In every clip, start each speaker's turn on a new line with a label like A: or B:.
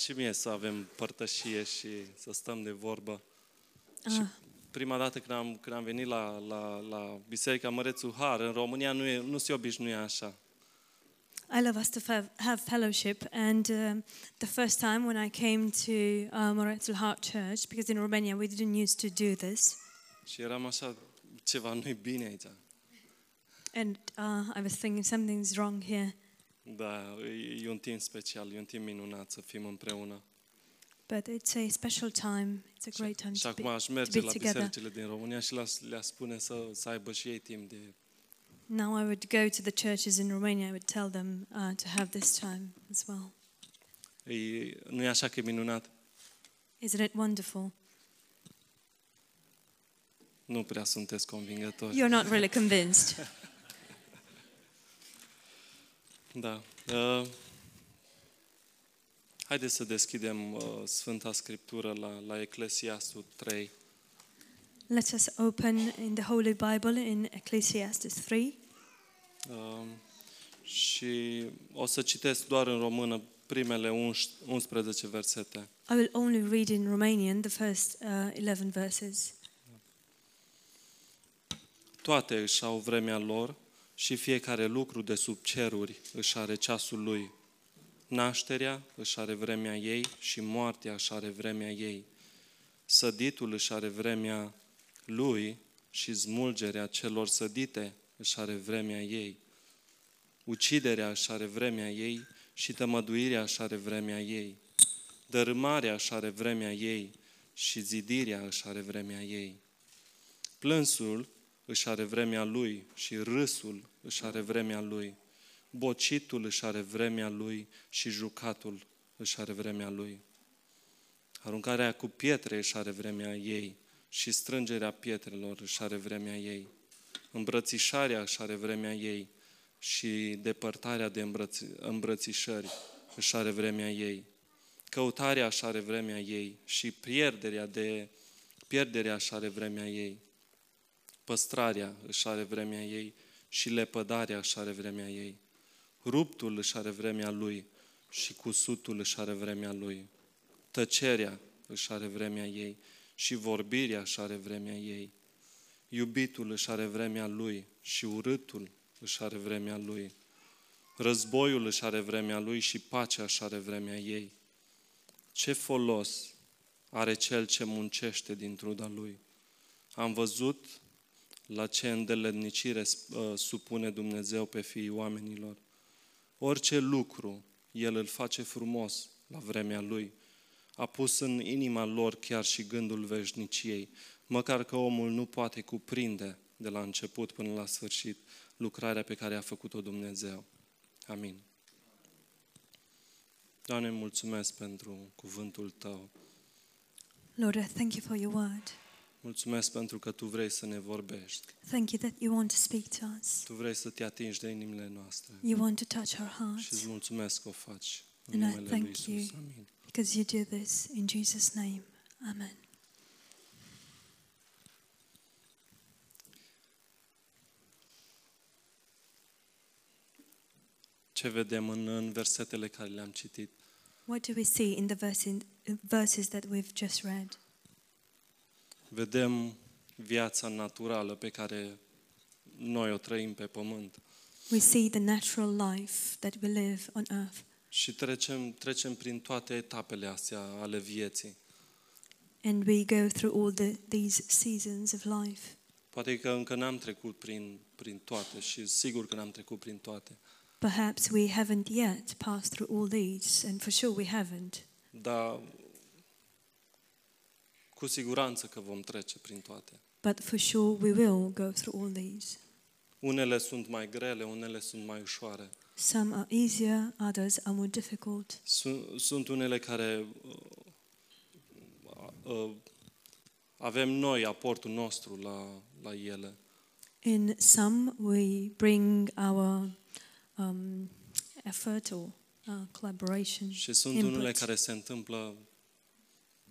A: și mie să avem părtășie și să stăm de vorbă. Ah. Și prima dată când am, când am venit la, la, la Biserica Mărețul Har, în România nu, e, nu se obișnuia așa.
B: I love us to fe- have fellowship, and um, the first time when I came to uh, Moretul Heart Church, because in Romania we didn't used to do this,
A: Și eram așa, ceva nu-i bine aici.
B: and uh, I was thinking something's wrong here,
A: Da, e, e un timp special, e un timp minunat să fim împreună.
B: but it's a special time. It's a great time
A: și
B: to be,
A: acum aș merge
B: to be
A: la
B: together.
A: bisericile din România și le-aș- le-aș spune să, să aibă și ei timp de
B: Now I would go to the churches in Romania. I would tell them uh, to have this time as well.
A: E, nu e așa că e minunat?
B: Isn't it wonderful?
A: Nu prea sunteți convingători.
B: You're not really convinced.
A: Da. Uh, haideți să deschidem uh, Sfânta Scriptură la, la Eclesiastul 3.
B: Let us open in the Holy Bible in Ecclesiastes 3.
A: Uh, și o să citesc doar în română primele 11 11 versete.
B: I will only read in Romanian the first uh, 11 verses.
A: Toate își au vremea lor și fiecare lucru de sub ceruri își are ceasul lui. Nașterea își are vremea ei și moartea își are vremea ei. Săditul își are vremea lui și smulgerea celor sădite își are vremea ei. Uciderea își are vremea ei și tămăduirea își are vremea ei. Dărâmarea își are vremea ei și zidirea își are vremea ei. Plânsul își are vremea lui și râsul își are vremea lui. Bocitul își are vremea lui și jucatul își are vremea lui. Aruncarea cu pietre își are vremea ei și strângerea pietrelor își are vremea ei. Îmbrățișarea își are vremea ei și depărtarea de îmbrăți- îmbrățișări își are vremea ei. Căutarea își are vremea ei și pierderea de pierderea își are vremea ei păstrarea își are vremea ei și lepădarea își are vremea ei. Ruptul își are vremea lui și cusutul își are vremea lui. Tăcerea își are vremea ei și vorbirea își are vremea ei. Iubitul își are vremea lui și urâtul își are vremea lui. Războiul își are vremea lui și pacea își are vremea ei. Ce folos are cel ce muncește din truda lui? Am văzut la ce îndeletnicire uh, supune Dumnezeu pe fiii oamenilor. Orice lucru El îl face frumos la vremea Lui. A pus în inima lor chiar și gândul veșniciei, măcar că omul nu poate cuprinde de la început până la sfârșit lucrarea pe care a făcut-o Dumnezeu. Amin. Doamne, mulțumesc pentru cuvântul Tău.
B: Lord, I thank you for your word.
A: Mulțumesc pentru că Tu vrei să ne vorbești.
B: Thank you that you want to speak to us.
A: Tu vrei să Te atingi de inimile noastre.
B: You want to touch our
A: Și îți
B: hearts
A: mulțumesc că o faci în
B: And I
A: numele
B: Da, thank
A: Lui Iisus.
B: you.
A: Amin.
B: because you do this in Jesus' name. Amen.
A: Ce vedem în, în versetele care le-am citit?
B: What do we see in the verse in, verses that we've just read?
A: Vedem viața naturală pe care noi o trăim pe pământ
B: We see the natural life that we live on earth,
A: și trecem, trecem prin toate etapele astea ale vieții.
B: and we go through all the, these seasons of life.
A: Poate că încă n-am trecut prin, prin toate și sigur că n-am trecut prin toate,
B: Perhaps we haven't yet passed through all these, and for sure we haven't.
A: dar cu siguranță că vom trece prin toate.
B: But for sure, we will go through all these.
A: Unele sunt mai grele, unele sunt mai ușoare.
B: Some are easier, others are more difficult.
A: Sunt, sunt unele care uh, uh, avem noi aportul nostru la, la ele.
B: In some, we bring our um, effort or uh, collaboration,
A: Și sunt
B: Input.
A: unele care se întâmplă,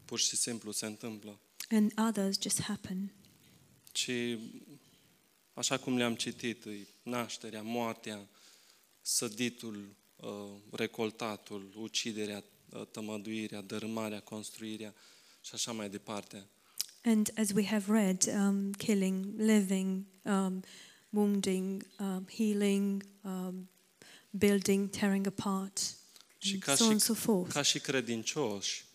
A: pur și simplu se întâmplă.
B: and others just happen.
A: Și așa cum le-am citit, e nașterea, moartea, săditul, uh, recoltatul, uciderea, uh, tămăduirea, dărâmarea, construirea și așa mai departe.
B: And as we have read, um, killing, living, um, wounding, um, healing, um, building, tearing apart,
A: Și
B: and
A: ca
B: so
A: și-
B: on and so forth.
A: Ca și credincioși,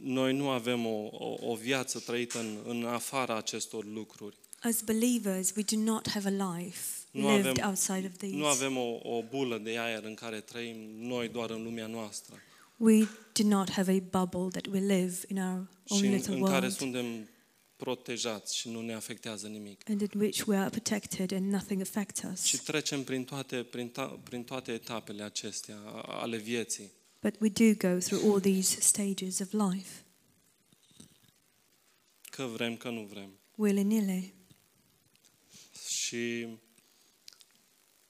A: noi nu avem o, o, o viață trăită în, în afara acestor lucruri.
B: As believers, we do not have a life
A: Nu
B: lived
A: avem-
B: outside of these.
A: Nu avem o, o bulă de aer în care trăim noi doar în lumea noastră
B: We do not have a bubble that we live in our own
A: și în,
B: little
A: în care
B: world,
A: suntem protejați și nu ne afectează nimic.
B: and in which we are protected and nothing affects us.
A: Și trecem prin toate, prin, ta, prin toate etapele acestea a- ale vieții.
B: But we do go through all these stages of life,
A: Că vrem, că nu vrem.
B: willy nilly.
A: Și,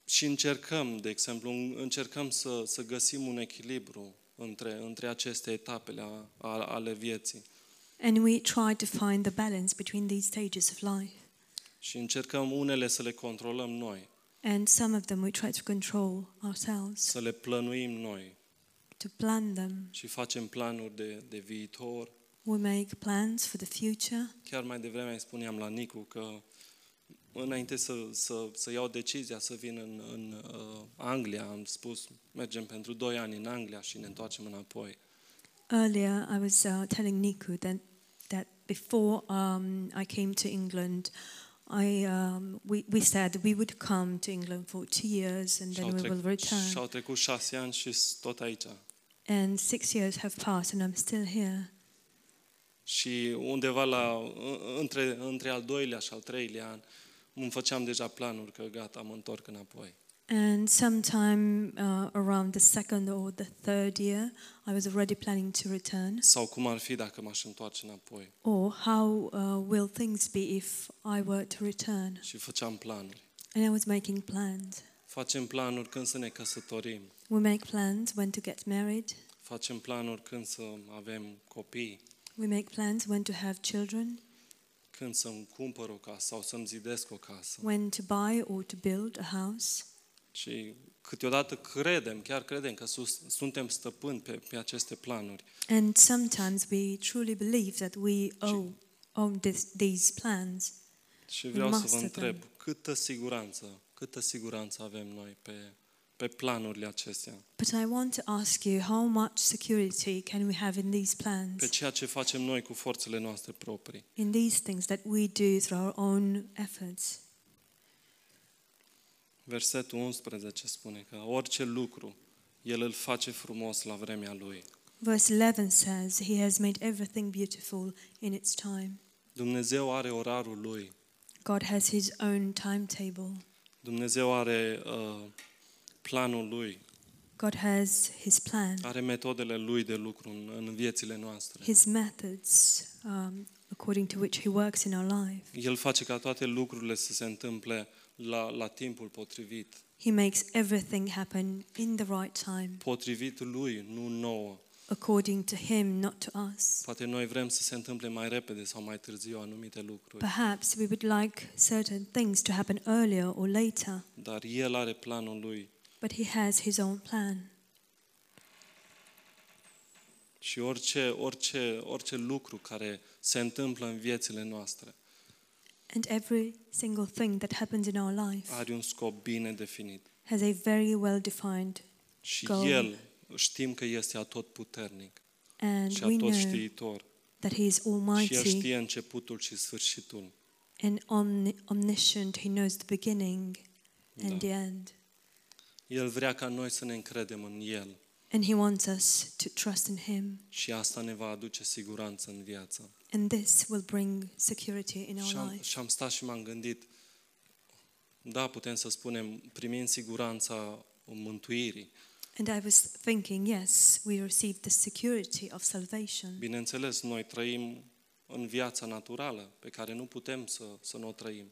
A: și încercăm, de exemplu, încercăm să, să găsim un echilibru între, între aceste etapele a, a, ale vieții.
B: And we try to find the balance between these stages of life.
A: Și încercăm unele să le controlăm noi,
B: And some of them we try to control ourselves,
A: să le plănuim noi
B: to plan them.
A: și facem planuri de, de viitor.
B: We make plans for the future.
A: Chiar mai devreme îi spuneam la Nicu că înainte să, să, să iau decizia să vin în, în uh, Anglia, am spus mergem pentru 2 ani în Anglia și ne întoarcem înapoi.
B: Earlier, I was uh, telling Niku that, that before um, I came to England, I, um, we, we said we would come to England for two years and
A: Și-au,
B: then we will return.
A: și-au trecut șase ani și s- tot aici.
B: And six years have passed and I'm still here.
A: Și undeva la, în- între, între al doilea și al treilea an, îmi făceam deja planuri că gata, mă întorc înapoi.
B: And sometime uh, around the second or the third year, I was already planning to return.
A: Sau cum ar fi dacă m-aș întoarce înapoi.
B: Or how uh, will things be if I were to return?
A: Și făceam planuri.
B: And I was making plans.
A: Facem planuri când să ne căsătorim.
B: We make plans when to get married.
A: Facem planuri când să avem copii,
B: We make plans when to have children,
A: când să-mi cumpăr o casă sau să-mi zidesc o casă.
B: when to buy or to build a house.
A: Și câteodată credem, chiar credem că sus, suntem stăpâni pe, pe aceste planuri.
B: And sometimes we truly believe that we owe, own this, these plans.
A: Și vreau să vă
B: Master
A: întreb,
B: plan.
A: câtă siguranță, câtă siguranță avem noi pe, pe planurile acestea,
B: But I want to ask you how much security can we have in these
A: pe
B: plans,
A: ceea ce facem noi cu forțele noastre proprii?
B: in these things that we do through our own efforts?
A: Versetul 11 spune că orice lucru, el îl face frumos la vremea lui.
B: Verse 11 says, He has made everything beautiful in its time.
A: Dumnezeu are orarul lui.
B: God has His own timetable,
A: Dumnezeu are uh, planul lui,
B: God has His plan,
A: are metodele lui de lucru în, în viețile noastre.
B: His methods um, according to which He works in our life.
A: El face ca toate lucrurile să se întâmple la, la timpul potrivit,
B: He makes everything happen in the right time,
A: potrivit lui, nu nouă.
B: according to Him, not to us.
A: Poate noi vrem să se întâmple mai repede sau mai târziu anumite lucruri,
B: Perhaps we would like certain things to happen earlier or later,
A: dar El are planul Lui
B: but He has His own plan.
A: și orice, orice, orice lucru care se întâmplă în viețile noastre
B: And every single thing that happens in our life
A: are un scop bine definit.
B: has a very well defined
A: Și
B: Goal.
A: El știm că este atot puternic
B: And
A: și
B: we
A: atot
B: know
A: știitor
B: that He is
A: și El
B: almighty
A: știe începutul și sfârșitul.
B: and omni- omniscient. He knows the beginning and
A: Da.
B: the end.
A: El vrea ca noi să ne încredem în El
B: And He wants us to trust in Him.
A: și asta ne va aduce siguranță în viață.
B: And this will bring security in
A: Și
B: our
A: am,
B: life.
A: și am stat și m-am gândit, da, putem să spunem, primind siguranța mântuirii.
B: And I was thinking, yes, we receive the security of salvation.
A: Bineînțeles, noi trăim în viața naturală, pe care nu putem să, să nu o trăim.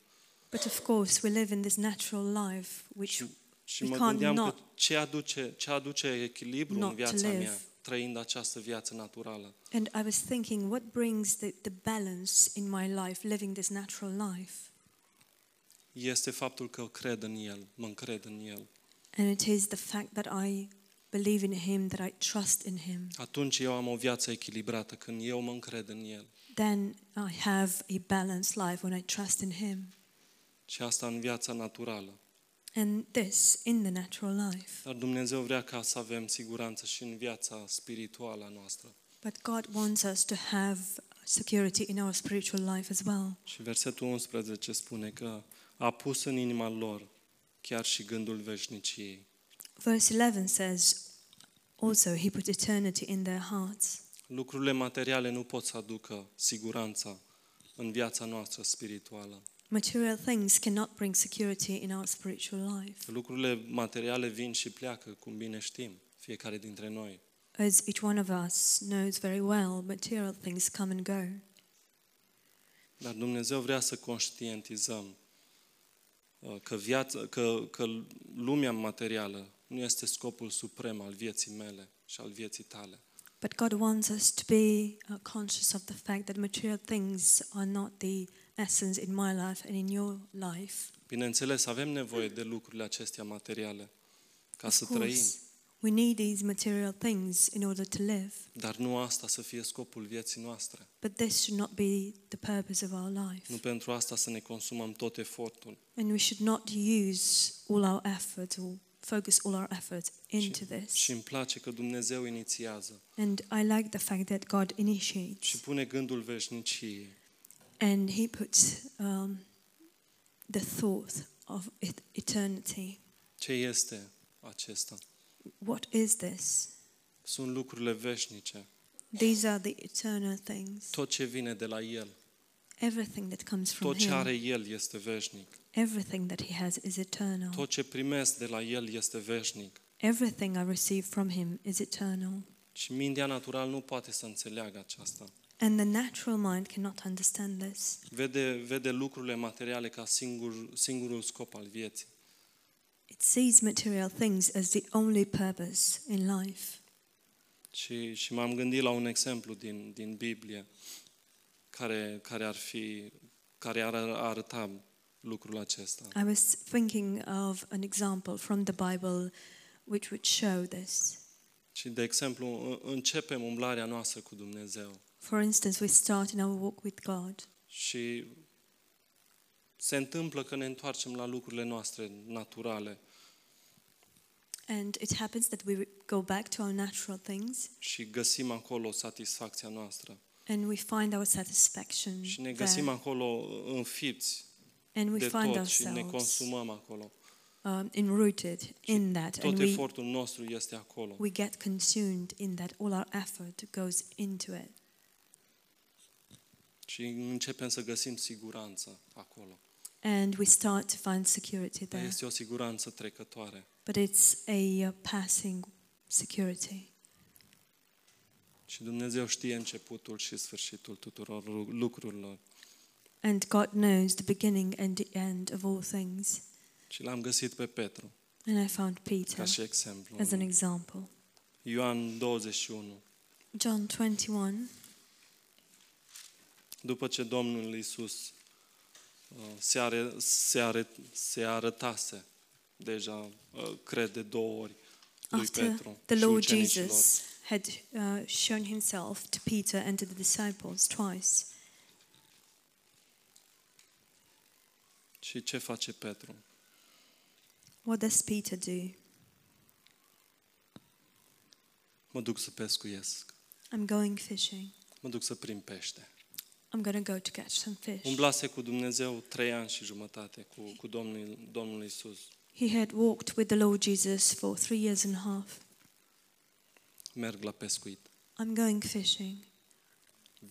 B: But of course, we live in this natural life which
A: Și, și
B: We
A: mă
B: can't
A: gândeam că
B: not-
A: ce aduce, ce aduce echilibru în
B: not to
A: viața
B: live.
A: mea, trăind această viață naturală.
B: and I was thinking what brings the, the balance in my life living this natural life
A: Este faptul că cred în El, mă încred în El.
B: and it is the fact that I believe in Him, that I trust in Him,
A: atunci eu am o viață echilibrată, când eu mă încred în El.
B: then I have a balanced life when I trust in Him.
A: Și asta în viața naturală.
B: And this in the natural life.
A: Dar Dumnezeu vrea ca să avem siguranță și în viața spirituală a noastră.
B: But God wants us to have security in our spiritual life as well.
A: Și versetul 11 spune că a pus în inima lor chiar și gândul veșniciei.
B: Verse 11 says, Also, He put eternity in their hearts.
A: Lucrurile materiale nu pot să aducă siguranța în viața noastră spirituală.
B: Material things cannot bring security in our spiritual life,
A: Lucrurile materiale vin și pleacă, cum bine știm, fiecare dintre noi.
B: as each one of us knows very well. Material things come and go.
A: Dar Dumnezeu vrea să conștientizăm uh, că, viața, că, că lumea materială nu este scopul suprem al vieții mele și al vieții tale.
B: But God wants us to be uh, conscious of the fact that material things are not the essence in my life and in your life.
A: Bineînțeles, avem nevoie de lucrurile acestea materiale ca să
B: Of course,
A: trăim,
B: we need these material things in order to live,
A: dar nu asta să fie scopul vieții noastre.
B: but this should not be the purpose of our life.
A: Nu pentru asta să ne consumăm tot efortul,
B: And we should not use all our efforts or focus all our efforts into
A: Și
B: this.
A: îmi place că Dumnezeu inițiază
B: And I like the fact that God
A: și
B: initiates
A: pune gândul veșniciei.
B: and He puts um, the thought of et- eternity.
A: Ce este acesta?
B: What is this?
A: Sunt lucrurile veșnice,
B: These are the eternal things.
A: tot ce vine de la El,
B: Everything that comes from
A: tot ce are
B: Him,
A: El este veșnic,
B: everything that He has is eternal.
A: tot ce primesc de la El este veșnic.
B: Everything I receive from Him is eternal.
A: Și mintea natural nu poate să înțeleagă aceasta.
B: And the natural mind cannot understand this.
A: Vede, vede lucrurile materiale ca singur, singurul scop al vieții.
B: It sees material things as the only purpose in life.
A: Și, și m-am gândit la un exemplu din, din Biblie care, care ar fi care ar arăta lucrul acesta.
B: I was thinking of an example from the Bible which would show this.
A: Și, de exemplu, în- începem umblarea noastră cu Dumnezeu
B: For instance, we start in our walk with God,
A: și se întâmplă că ne întoarcem la lucrurile noastre naturale
B: and it happens that we go back to our natural things
A: și găsim acolo satisfacția noastră.
B: and we find our satisfaction.
A: Și ne găsim
B: There.
A: acolo uh, înfipți
B: And Da. we
A: de
B: find
A: tot și ne
B: ourselves
A: consumăm acolo.
B: um, enrooted in that, and
A: Tot
B: we,
A: efortul nostru este acolo.
B: we get consumed in that. All our effort goes into it.
A: Și începem să găsim siguranță acolo.
B: and we start to find security
A: Dar
B: there.
A: este o siguranță trecătoare.
B: But it's a uh, passing security.
A: Și Dumnezeu știe începutul și sfârșitul tuturor lu- lucrurilor.
B: And God knows the beginning and the end of all things.
A: Și l-am găsit pe Petru,
B: And I found Peter
A: ca și exemplu.
B: Da. as an example.
A: Ioan 21.
B: John 21.
A: După ce Domnul Iisus uh, se, are, se, are, se arătase deja, uh, cred de două ori, lui
B: After
A: Petru
B: the
A: și
B: Lord
A: ucenicilor.
B: Jesus had uh, shown himself to Peter and to the disciples twice.
A: Și ce face Petru?
B: What does Peter do?
A: Mă duc să pescuiesc,
B: I'm going fishing.
A: mă duc să prind pește.
B: I'm going to go to catch some fish.
A: Umblase cu Dumnezeu trei ani și jumătate, cu, cu Domnul, Domnul Iisus.
B: He had walked with the Lord Jesus for three years and a half.
A: Merg la pescuit.
B: I'm going fishing.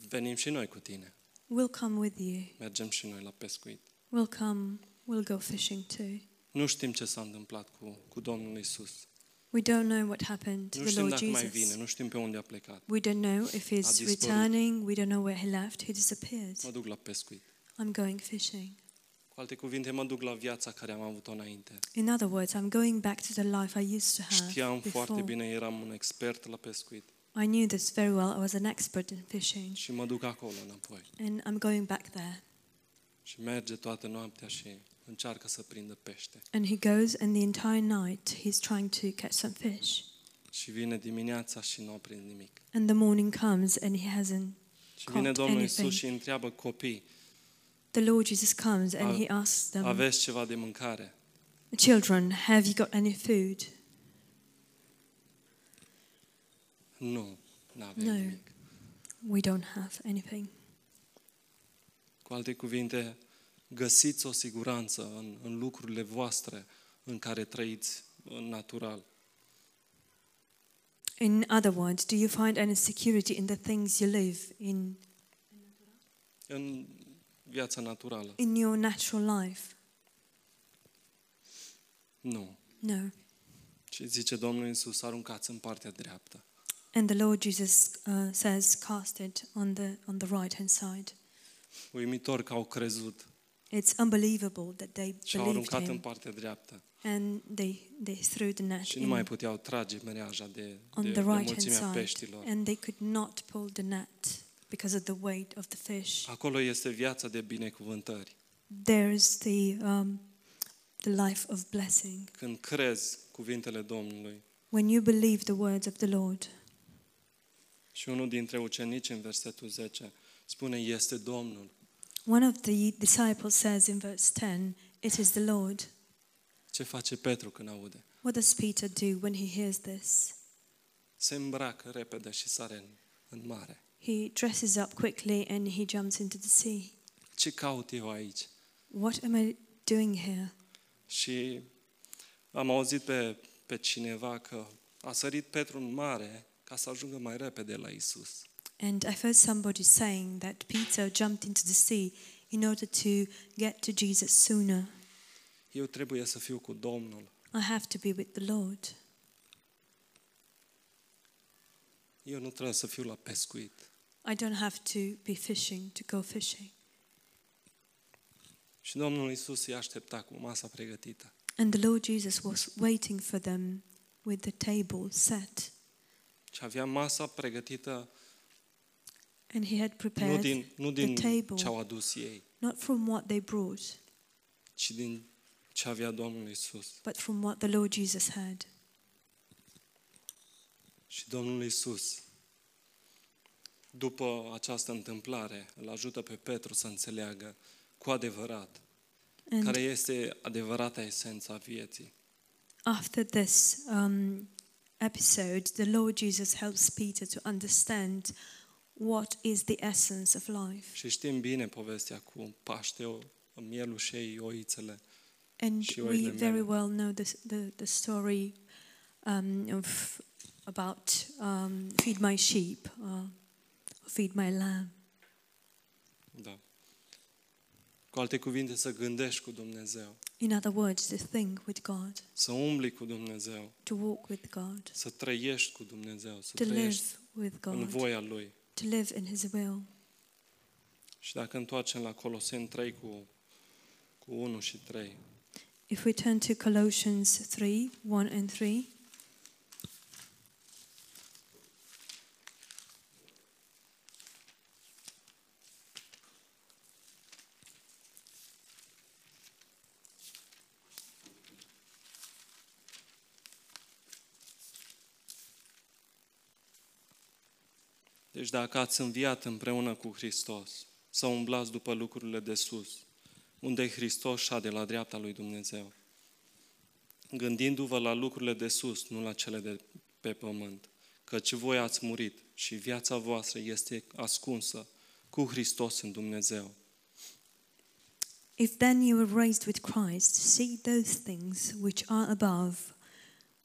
A: Venim și noi cu tine.
B: We'll come with you.
A: Mergem și noi la pescuit.
B: We'll come. We'll go fishing too.
A: Nu știm ce s-a întâmplat cu, cu Domnul Iisus.
B: We don't know what happened to
A: Nu
B: the
A: știm
B: Lord
A: dacă mai vine,
B: Jesus.
A: nu știm pe unde a plecat.
B: We don't know if
A: A
B: he's
A: dispărut.
B: returning. We don't know where he left. He disappeared.
A: Mă duc la pescuit.
B: I'm going fishing.
A: Cu alte cuvinte, mă duc la viața care am avut-o înainte.
B: In other words, I'm going back to the life I used to
A: Știam
B: have
A: foarte
B: before.
A: bine, eram un expert la pescuit
B: I knew this very well. I was an expert in fishing.
A: și mă duc acolo înapoi.
B: And I'm going back there.
A: Și merge toată noaptea și încearcă să prindă pește.
B: And he goes, and the entire night he's trying to catch some fish.
A: Și vine dimineața și nu au prins nimic.
B: And the morning comes and he hasn't.
A: Și vine
B: Caught
A: Domnul
B: anything.
A: Isus și întreabă copii,
B: The Lord Jesus comes and
A: Ave-
B: he asks them,
A: aveți ceva de mâncare?
B: Children, have you got any food?
A: Nu, nu avem
B: Nu.
A: nimic.
B: We don't have anything.
A: Cu alte cuvinte, găsiți o siguranță în, în lucrurile voastre în care trăiți în natural.
B: In other words, do you find any security in the things you live in,
A: în viața naturală.
B: in your natural life?
A: Nu.
B: No.
A: Și zice Domnul Iisus, aruncați în partea dreaptă.
B: And the Lord Jesus uh, says, cast it on the, on the right hand side.
A: Uimitor că au crezut
B: It's unbelievable that they
A: și au
B: believed
A: aruncat în
B: him
A: partea dreaptă
B: and they, they threw the net
A: și nu
B: in
A: mai puteau trage mereaja de,
B: on
A: de, de
B: the right hand
A: mulțimea
B: side
A: peștilor.
B: and they could not pull the net because of the weight of the fish.
A: Acolo este viața de binecuvântări.
B: There is the, um, the life of blessing.
A: Când crezi cuvintele Domnului
B: When you believe the words of the Lord,
A: și unul dintre ucenici în versetul 10 spune, este Domnul.
B: one of the disciples says in verse 10, It is the Lord.
A: Ce face Petru când aude?
B: What does Peter do when he hears this?
A: Se îmbracă repede și sare în, în mare.
B: He dresses up quickly and he jumps into the sea.
A: Ce caut eu aici?
B: What am I doing here?
A: Și am auzit pe, pe cineva că a sărit Petru în mare ca să ajungă mai repede la Isus.
B: And I've heard somebody saying that Peter jumped into the sea in order to get to Jesus sooner.
A: Eu trebuie să fiu cu Domnul.
B: I have to be with the Lord.
A: Eu nu trebuie să fiu la pescuit.
B: I don't have to be fishing to go fishing.
A: Și Domnul Isus îi aștepta cu masa pregătită.
B: And the Lord Jesus was waiting for them with the table set.
A: Și avea masa pregătită
B: And he had
A: nu
B: prepared
A: din, nu
B: the
A: din
B: table,
A: ce au adus ei,
B: not from what they brought,
A: ci din ce avea Domnul Isus.
B: but from what the Lord Jesus had.
A: Și Domnul Isus, după această întâmplare, îl ajută pe Petru să înțeleagă cu adevărat
B: And
A: care este adevărata esența vieții.
B: after this um, episode, the Lord Jesus helps Peter to understand what is the essence of life.
A: Și știm bine povestea cu paște, o- mielul și ei, oițele.
B: And
A: Și
B: we
A: oile
B: very
A: mele.
B: well know the, the, the story um, of, about um, feed my sheep, uh, feed my lamb.
A: Da. Cu alte cuvinte, să gândești cu Dumnezeu,
B: In other words, to think with God,
A: să umbli cu Dumnezeu,
B: to walk with God,
A: să trăiești cu Dumnezeu, să
B: to
A: trăiești
B: live with
A: în
B: God,
A: voia Lui.
B: to live in His will.
A: Și dacă întoarcem la Coloseni 3 cu, cu 1 și 3,
B: If we turn to Colossians 3 1 and 3,
A: Deci dacă ați înviat împreună cu Hristos, să umblați după lucrurile de sus, unde Hristos șade la dreapta lui Dumnezeu, gândindu-vă la lucrurile de sus, nu la cele de pe pământ, căci voi ați murit și viața voastră este ascunsă cu Hristos în Dumnezeu.
B: If then you were raised with Christ, see those things which are above,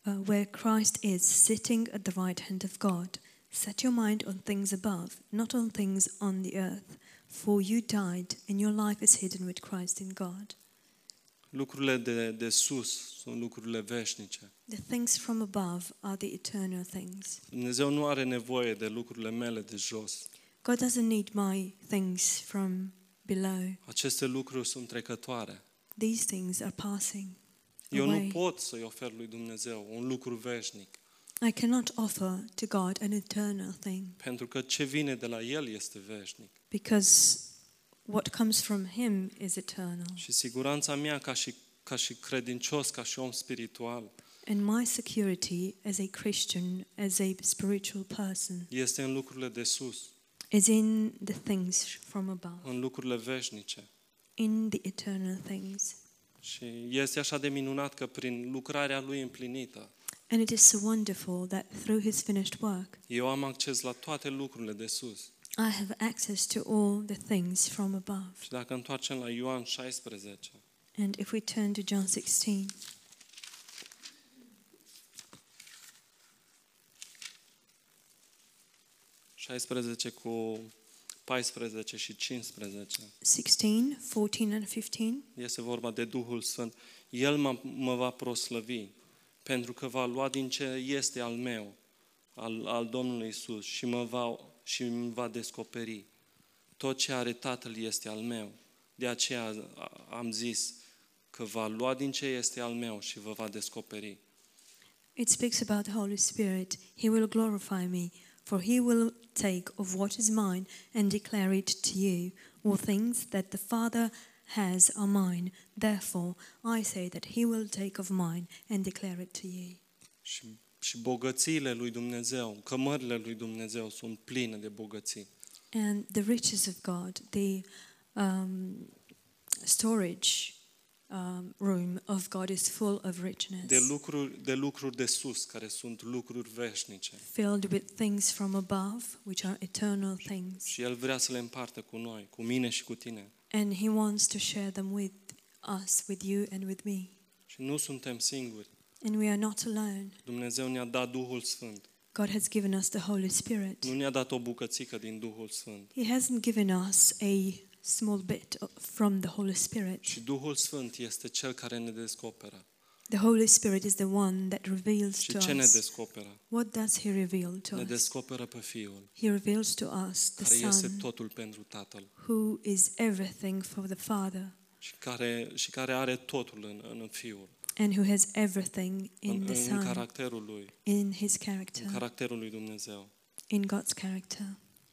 B: uh, where Christ is sitting at the right hand of God. Set your mind on things above, not on things on the earth, for you died, and your life is hidden with Christ in God.
A: Lucrurile de, de sus sunt lucrurile veșnice.
B: The things from above are the eternal things.
A: Dumnezeu nu are nevoie de lucrurile mele de jos.
B: God doesn't need my things from below.
A: Aceste lucruri sunt trecătoare.
B: These things are passing.
A: Eu nu
B: Away.
A: pot să-i ofer lui Dumnezeu un lucru veșnic.
B: I cannot offer to God an eternal thing.
A: Pentru că ce vine de la El este veșnic.
B: because what comes from him is eternal.
A: Și siguranța mea ca și, ca și credincios, ca și om spiritual,
B: And my security as a Christian, as a spiritual person,
A: este în lucrurile de sus,
B: is in the things from above,
A: în lucrurile veșnice.
B: in the eternal things.
A: Și este așa de minunat că prin lucrarea lui împlinită,
B: And it is so wonderful that through his finished work,
A: eu am acces la toate lucrurile de sus.
B: I have access to all the things from above.
A: Și dacă întoarcem la Ioan 16,
B: And if we turn to John 16,
A: șaisprezece cu 14 și 15.
B: 16, 14, and 15,
A: Este vorba de Duhul Sfânt. El mă, mă va proslăvi, pentru că va lua din ce este al meu, al, al Domnului Isus, și mă va, și îmi va descoperi. Tot ce are Tatăl este al meu. De aceea a- am zis că va lua din ce este al meu și vă va descoperi.
B: it speaks about the Holy Spirit. He will glorify me, for he will take of what is mine and declare it to you. All things that the Father has are mine. Therefore, I say that he will take of mine and declare it to you.
A: Și, și bogățiile lui Dumnezeu, cămările lui Dumnezeu sunt pline de bogății.
B: And the riches of God, the um, storage um, room of God is full of richness,
A: De lucruri, de lucruri de sus, care sunt lucruri veșnice.
B: filled with things from above, which are eternal things.
A: Și El vrea să le împartă cu noi, cu mine și cu tine.
B: And He wants to share them with us, with you, and with me.
A: Și nu suntem singuri.
B: And we are not alone.
A: Dumnezeu ne-a dat Duhul Sfânt.
B: God has given us the Holy Spirit.
A: Nu ne-a dat o bucățică din Duhul Sfânt.
B: He hasn't given us a small bit of- from the Holy Spirit.
A: Și Duhul Sfânt este Cel care ne descoperă.
B: The Holy Spirit is the one that reveals
A: Și
B: to
A: ce ne
B: us.
A: descoperă?
B: What does He reveal to
A: Ne
B: us?
A: descoperă pe Fiul,
B: He reveals to us the
A: care este
B: Son,
A: totul pentru Tatăl
B: who is everything for the Father,
A: și care, și care are totul în, în Fiul,
B: and who has everything
A: în,
B: in the
A: în
B: Son,
A: caracterul Lui,
B: in His
A: în
B: character,
A: caracterul Lui Dumnezeu.
B: in God's character.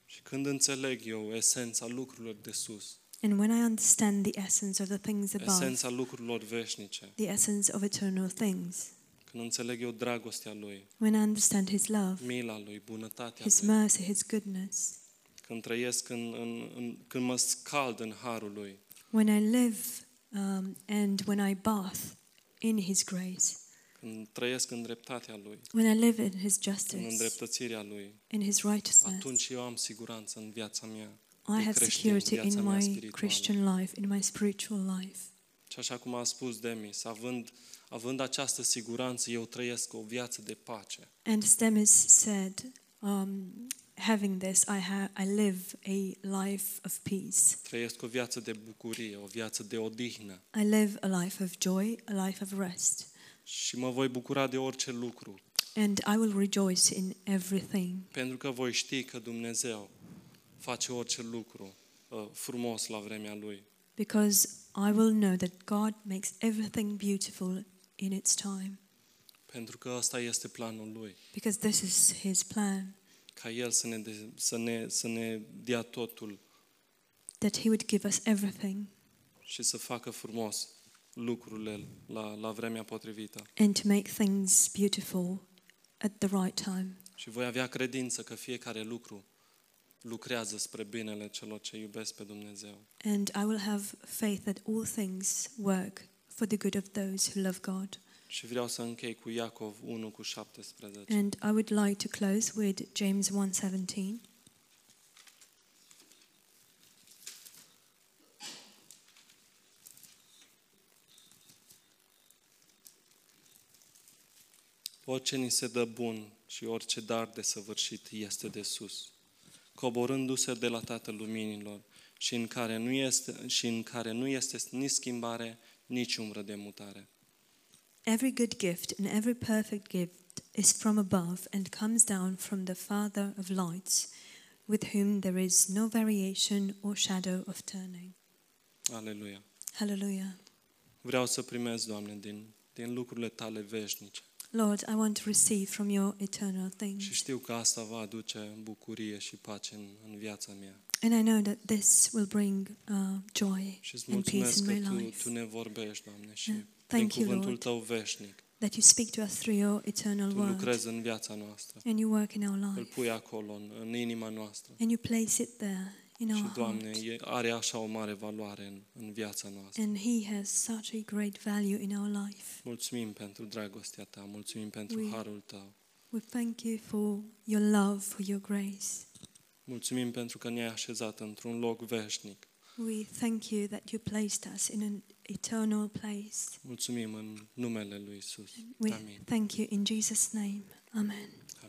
A: Și când înțeleg eu esența lucrurilor de sus,
B: And when I understand the essence of the things above,
A: esența lucrurilor veșnice,
B: the essence of eternal things,
A: când înțeleg eu dragostea Lui,
B: when I understand His love,
A: mila Lui, bunătatea
B: His
A: Lui,
B: mercy, His goodness,
A: când trăiesc în, în, în, când mă scald în harul lui,
B: when I live um, and when I bath in His grace,
A: când trăiesc în dreptatea lui,
B: when I live in His
A: în
B: justice,
A: îndreptățirea lui,
B: in His righteousness,
A: atunci eu am siguranță în viața mea.
B: I
A: de
B: have
A: creștin,
B: security
A: viața
B: in
A: mea
B: my
A: spirituală.
B: Christian life, in my spiritual life.
A: Și așa cum a spus Demis, având, având această siguranță, eu trăiesc o viață de pace.
B: And Stemis said, um, having this, I, ha- I live a life of peace.
A: Trăiesc o viață de bucurie, o viață de odihnă.
B: I live a life of joy, a life of rest.
A: Și mă voi bucura de orice lucru,
B: And I will rejoice in everything
A: pentru că voi ști că Dumnezeu face orice lucru uh, frumos la vremea lui.
B: because I will know that God makes everything beautiful in its time
A: Pentru că ăsta este planul lui.
B: because this is His plan
A: ca El să ne, de, să ne, să ne dea totul
B: that He would give us everything
A: și să facă frumos lucrurile la, la vremea potrivită.
B: and to make things beautiful at the right time.
A: Și voi avea credință că fiecare lucru lucrează spre binele celor ce iubesc pe Dumnezeu.
B: And I will have faith that all things work for the good of those who love God.
A: Și vreau să închei cu Iacov 1 cu 17.
B: And I would like to close with James 1:17.
A: Orice ni se dă bun și orice dar de săvârșit este de sus, coborându-se de la Tatăl Luminilor și în care nu este, și în care nu este nici schimbare, nici umbră de mutare.
B: Every good gift and every perfect gift is from above and comes down from the Father of lights, with whom there is no variation or shadow of turning.
A: Aleluia!
B: Hallelujah.
A: Vreau să primez, Doamne, din, din lucrurile Tale veșnice.
B: Lord, I want to receive from your eternal
A: Și
B: things.
A: știu că asta va aduce bucurie și pace în, în viața mea.
B: And I know that this will bring uh, joy
A: Și îți
B: and peace
A: mulțumesc
B: in my
A: că tu,
B: life.
A: tu ne vorbești, Doamne, și
B: Yeah.
A: prin
B: Thank you,
A: cuvântul
B: Lord.
A: Tău veșnic
B: that you speak to us through your eternal
A: Tu
B: word
A: lucrezi în viața noastră.
B: and you work in our
A: Îl
B: life
A: pui acolo, în, în inima noastră.
B: and you place it there in
A: Și,
B: our heart.
A: Doamne, e, are așa o mare valoare în, în viața noastră.
B: And He has such a great value in our life.
A: Mulțumim pentru dragostea ta, mulțumim pentru
B: Ui.
A: harul tău.
B: We thank you for your love, for your grace.
A: Mulțumim pentru că ne-ai așezat într-un loc veșnic.
B: We thank you that you placed us in an eternal place.
A: Mulțumim în numele lui Isus.
B: We
A: Amin.
B: thank you in Jesus' name. Amen.